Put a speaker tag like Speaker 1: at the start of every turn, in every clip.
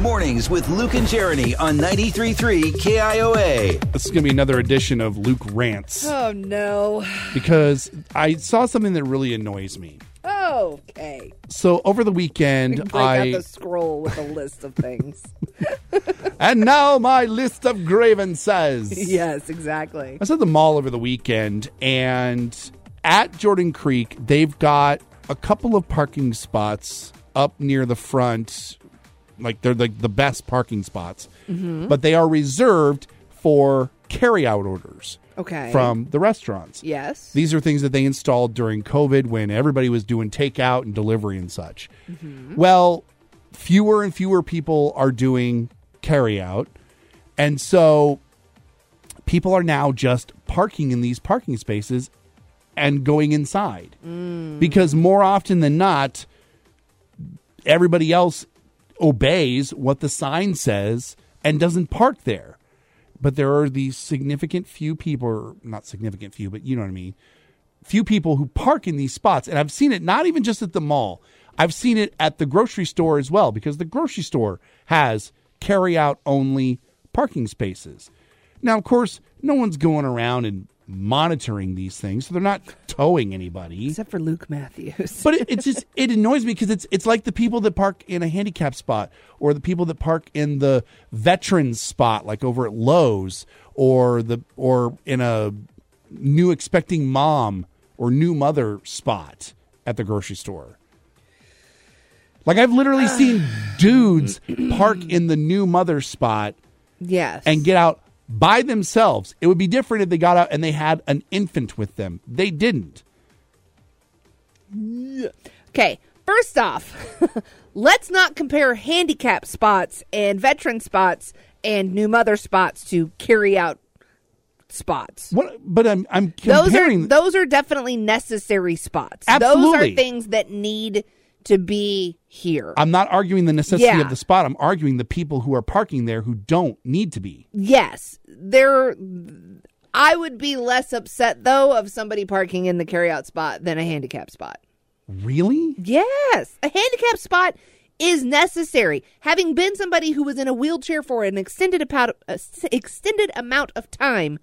Speaker 1: Mornings with Luke and Jeremy on 93.3 KIOA.
Speaker 2: This is going to be another edition of Luke Rants
Speaker 3: Oh no.
Speaker 2: because I saw something that really annoys me.
Speaker 3: Okay.
Speaker 2: So over the
Speaker 3: We
Speaker 2: weekend,
Speaker 3: break out
Speaker 2: I
Speaker 3: the scroll with a list of things.
Speaker 2: and now my list of grievances.
Speaker 3: yes, exactly.
Speaker 2: I was at the mall over the weekend, and at Jordan Creek, they've got a couple of parking spots up near the front. Like they're like the best parking spots,
Speaker 3: Mm-hmm.
Speaker 2: but they are reserved for carryout orders
Speaker 3: Okay.
Speaker 2: from the restaurants.
Speaker 3: yes.
Speaker 2: These are things that they installed during COVID when everybody was doing takeout and delivery and such. Well, fewer and fewer people are doing carryout. And so people are now just parking in these parking spaces and going inside. Because more often than not, everybody else obeys what the sign says and doesn't park there. But there are these significant few people, or not significant few, but you know what I mean, few people who park in these spots. And I've seen it not even just at the mall, I've seen it at the grocery store as well, because the grocery store has carry out only parking spaces. Now, of course, no one's going around and monitoring these things, so they're not towing anybody.
Speaker 3: Except for Luke Matthews.
Speaker 2: But it, it's just it annoys me because it's it's like the people that park in a handicap spot, or the people that park in the veterans spot, like over at Lowe's, or the or in a new expecting mom or new mother spot at the grocery store. Like I've literally seen dudes park in the new mother spot
Speaker 3: yes.
Speaker 2: and get out by themselves. It would be different if they got out and they had an infant with them. They didn't.
Speaker 3: okay. First off, let's not compare handicap spots and veteran spots and new mother spots to carry out spots.
Speaker 2: What? But I'm I'm
Speaker 3: Those are
Speaker 2: comparing.
Speaker 3: those are definitely necessary spots. Those
Speaker 2: Absolutely.
Speaker 3: are things that need to be here.
Speaker 2: I'm not arguing the necessity
Speaker 3: Yeah.
Speaker 2: of the spot. I'm arguing the people who are parking there who don't need to be.
Speaker 3: Yes, there. I would be less upset though of somebody parking in the carryout spot than a handicap spot.
Speaker 2: Really?
Speaker 3: Yes, a handicap spot is necessary. Having been somebody who was in a wheelchair for an extended amount, a s- extended amount of time,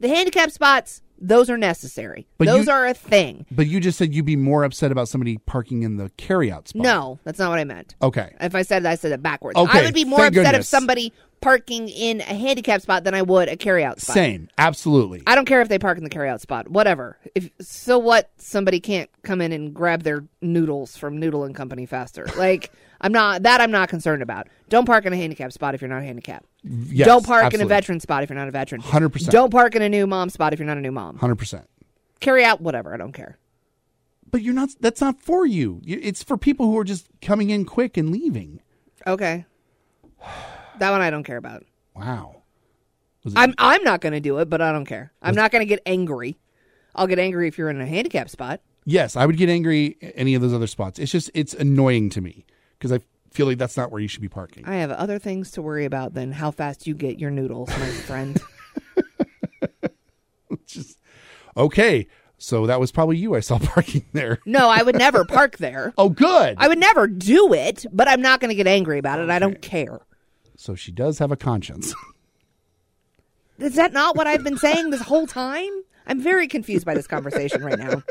Speaker 3: the handicap spots those are necessary.
Speaker 2: But
Speaker 3: those
Speaker 2: you-
Speaker 3: are a thing.
Speaker 2: But you just said you'd be more upset about somebody parking in the carryout spot.
Speaker 3: No, that's not what I meant.
Speaker 2: Okay.
Speaker 3: If I said that, I said it backwards.
Speaker 2: Okay,
Speaker 3: I would be more
Speaker 2: thank
Speaker 3: upset if
Speaker 2: goodness.
Speaker 3: somebody parking in a handicap spot than I would a carryout spot.
Speaker 2: Same. Absolutely.
Speaker 3: I don't care if they park in the carryout spot. Whatever. If so, what somebody can't come in and grab their noodles from Noodle and Company faster. Like I'm not that I'm not concerned about. Don't park in a handicap spot if you're not handicapped.
Speaker 2: Yes,
Speaker 3: don't park in
Speaker 2: absolutely.
Speaker 3: a veteran spot if you're not a veteran.
Speaker 2: 100%.
Speaker 3: Don't park in a new mom spot if you're not a new mom.
Speaker 2: Hundred percent.
Speaker 3: Carry out whatever. I don't care.
Speaker 2: But you're not. That's not for you. You- It's for people who are just coming in quick and leaving.
Speaker 3: Okay. That one I don't care about.
Speaker 2: Wow.
Speaker 3: I'm I'm not going to do it, but I don't care. I'm not going to get angry. I'll get angry if you're in a handicap spot.
Speaker 2: Yes, I would get angry at any of those other spots. It's just it's annoying to me because I feel like that's not where you should be parking.
Speaker 3: I have other things to worry about than how fast you get your noodles, my friend.
Speaker 2: just okay. So that was probably you I saw parking there.
Speaker 3: No, I would never park there.
Speaker 2: Oh, good.
Speaker 3: I would never do it, but I'm not going to get angry about it. I don't care.
Speaker 2: so she does have a conscience.
Speaker 3: Is that not what I've been saying this whole time? I'm very confused by this conversation right now.